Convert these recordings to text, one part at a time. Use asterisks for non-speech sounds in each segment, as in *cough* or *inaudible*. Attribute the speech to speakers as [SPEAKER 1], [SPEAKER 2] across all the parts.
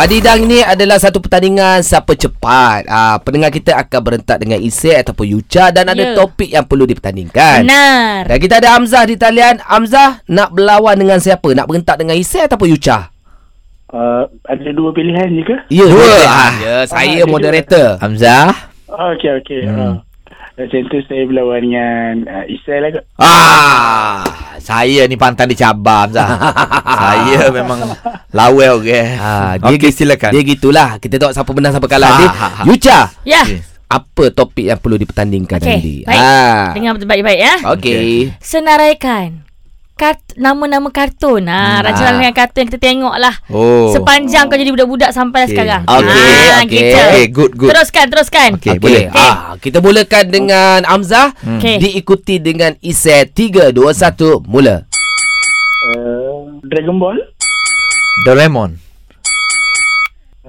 [SPEAKER 1] Badidang ini adalah satu pertandingan siapa cepat. Ah, pendengar kita akan berentak dengan Isy ataupun Yucha dan ada
[SPEAKER 2] Ya.
[SPEAKER 1] topik yang perlu dipertandingkan.
[SPEAKER 2] Benar.
[SPEAKER 1] Dan kita ada Amzah di talian. Amzah nak berlawan dengan siapa? Nak berentak dengan Isy ataupun Yucha?
[SPEAKER 3] Uh, ada dua pilihan je ke?
[SPEAKER 1] Ya, dua. Ah, ya,
[SPEAKER 3] Ah,
[SPEAKER 1] saya
[SPEAKER 3] ada
[SPEAKER 1] moderator.
[SPEAKER 4] Hamzah
[SPEAKER 3] Ah, Okey, okey. Hmm. Uh, macam tu saya berlawan dengan uh, Isai lah kot.
[SPEAKER 4] Ah Saya ni pantan
[SPEAKER 1] *laughs*
[SPEAKER 4] dicabar Hamzah Saya memang Lawel okay.
[SPEAKER 1] Ah, dia
[SPEAKER 4] Okey silakan
[SPEAKER 1] Dia gitulah. Kita tengok siapa menang siapa kalah.
[SPEAKER 4] Ah,
[SPEAKER 1] Dia,
[SPEAKER 4] ah, ah.
[SPEAKER 1] Yucha,
[SPEAKER 2] Ya.
[SPEAKER 4] Okey.
[SPEAKER 1] apa topik yang perlu dipertandingkan
[SPEAKER 2] Okey,
[SPEAKER 1] nanti?
[SPEAKER 2] baik.
[SPEAKER 1] Ah.
[SPEAKER 2] Dengar betul baik-baik ya.
[SPEAKER 1] Okey.
[SPEAKER 2] Senaraikan kart nama-nama kartun. Ha,
[SPEAKER 1] Hmm.
[SPEAKER 2] rancangan dengan kartun yang kita tengok lah.
[SPEAKER 4] Oh
[SPEAKER 2] Sepanjang kau jadi budak-budak sampai
[SPEAKER 4] Okey.
[SPEAKER 2] sekarang.
[SPEAKER 4] Okey,
[SPEAKER 2] Ah,
[SPEAKER 1] okey.
[SPEAKER 2] gitu.
[SPEAKER 4] Okay Eh, good good
[SPEAKER 2] Teruskan, teruskan.
[SPEAKER 1] Okey,
[SPEAKER 4] Okey, boleh. Hmm.
[SPEAKER 1] Ah, kita mulakan dengan Amzah,
[SPEAKER 2] Okey.
[SPEAKER 1] diikuti dengan Isy 3 2 1 mula.
[SPEAKER 3] Uh, Dragon Ball,
[SPEAKER 4] Doraemon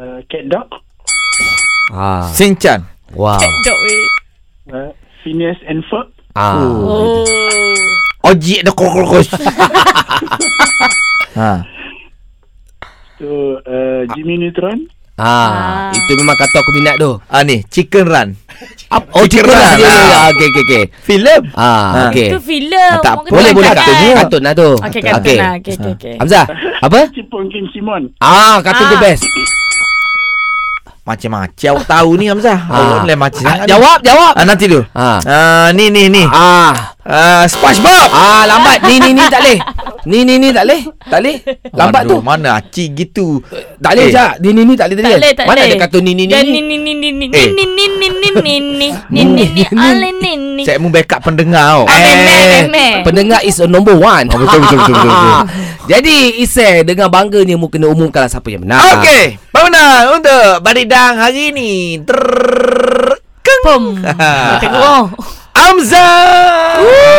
[SPEAKER 3] uh, Cat Dog,
[SPEAKER 1] Ah.
[SPEAKER 4] Sinchan
[SPEAKER 1] Wow.
[SPEAKER 2] Dok, weh.
[SPEAKER 3] uh, Phineas and Ferb,
[SPEAKER 1] Ah.
[SPEAKER 2] Oh.
[SPEAKER 4] Oji the
[SPEAKER 1] *laughs*
[SPEAKER 4] kokokos
[SPEAKER 1] Ah.
[SPEAKER 4] Ha
[SPEAKER 3] so, uh, Jimmy Neutron,
[SPEAKER 1] Ah,
[SPEAKER 2] Ah.
[SPEAKER 1] itu memang kata aku minat tu.
[SPEAKER 4] Ah ni Chicken Run
[SPEAKER 1] Ap- oh,
[SPEAKER 4] Chicken
[SPEAKER 1] cikgu lah.
[SPEAKER 4] Run lah.
[SPEAKER 1] Ah, okey okey okey.
[SPEAKER 4] Film
[SPEAKER 1] Ah,
[SPEAKER 4] Ah.
[SPEAKER 1] okey.
[SPEAKER 2] Itu filem.
[SPEAKER 4] Ah, tak
[SPEAKER 2] Orang kata
[SPEAKER 1] Boleh boleh
[SPEAKER 2] kartun.
[SPEAKER 1] kartun. Kartun lah tu.
[SPEAKER 2] Okey, kartun
[SPEAKER 1] Okey.
[SPEAKER 2] lah. Okey, okey, okey.
[SPEAKER 1] Hamzah, apa?
[SPEAKER 3] Cipong Kim Simon.
[SPEAKER 1] Ah, kartun tu
[SPEAKER 2] Ah.
[SPEAKER 1] best.
[SPEAKER 4] Macam-macam awak tahu ni Hamzah Awak Oh, lain macam
[SPEAKER 1] Ah,
[SPEAKER 4] sangat ni.
[SPEAKER 1] jawab, jawab.
[SPEAKER 4] Ah nanti dulu
[SPEAKER 1] Ah.
[SPEAKER 4] Ah ni ni ni
[SPEAKER 1] Ah.
[SPEAKER 4] Ah SpongeBob
[SPEAKER 1] Ah, lambat. Ni ni ni tak leh. Ni ni ni tak leh. Tak leh. Lambat tu.
[SPEAKER 4] Waduh, Mana acik gitu
[SPEAKER 1] Tak leh
[SPEAKER 4] Eh.
[SPEAKER 1] jap. Ni ni ni tak leh tadi.
[SPEAKER 2] Tak
[SPEAKER 1] kan?
[SPEAKER 2] boleh, tak
[SPEAKER 1] Mana
[SPEAKER 2] boleh.
[SPEAKER 1] ada kartun ni ni ni?
[SPEAKER 2] Dan
[SPEAKER 1] ni?
[SPEAKER 2] ni ni ni ni ni
[SPEAKER 4] Eh.
[SPEAKER 2] ni ni ni ni ni ni ni ni ni ale ni ni.
[SPEAKER 4] Cikmu backup pendengar oh.
[SPEAKER 2] Ah,
[SPEAKER 4] tau
[SPEAKER 2] memang, memang.
[SPEAKER 1] Pendengar is a number one
[SPEAKER 4] Oh, betul, betul, betul, betul, betul.
[SPEAKER 1] *laughs* Jadi Isai dengan bangganya Mu kena umumkan lah siapa yang menang
[SPEAKER 4] Ah.
[SPEAKER 2] Ah.
[SPEAKER 4] Okey, pemenang untuk Baridang hari ini. Ter-
[SPEAKER 2] Pum.
[SPEAKER 4] *laughs* Ah.
[SPEAKER 2] Tengok.
[SPEAKER 4] Amza.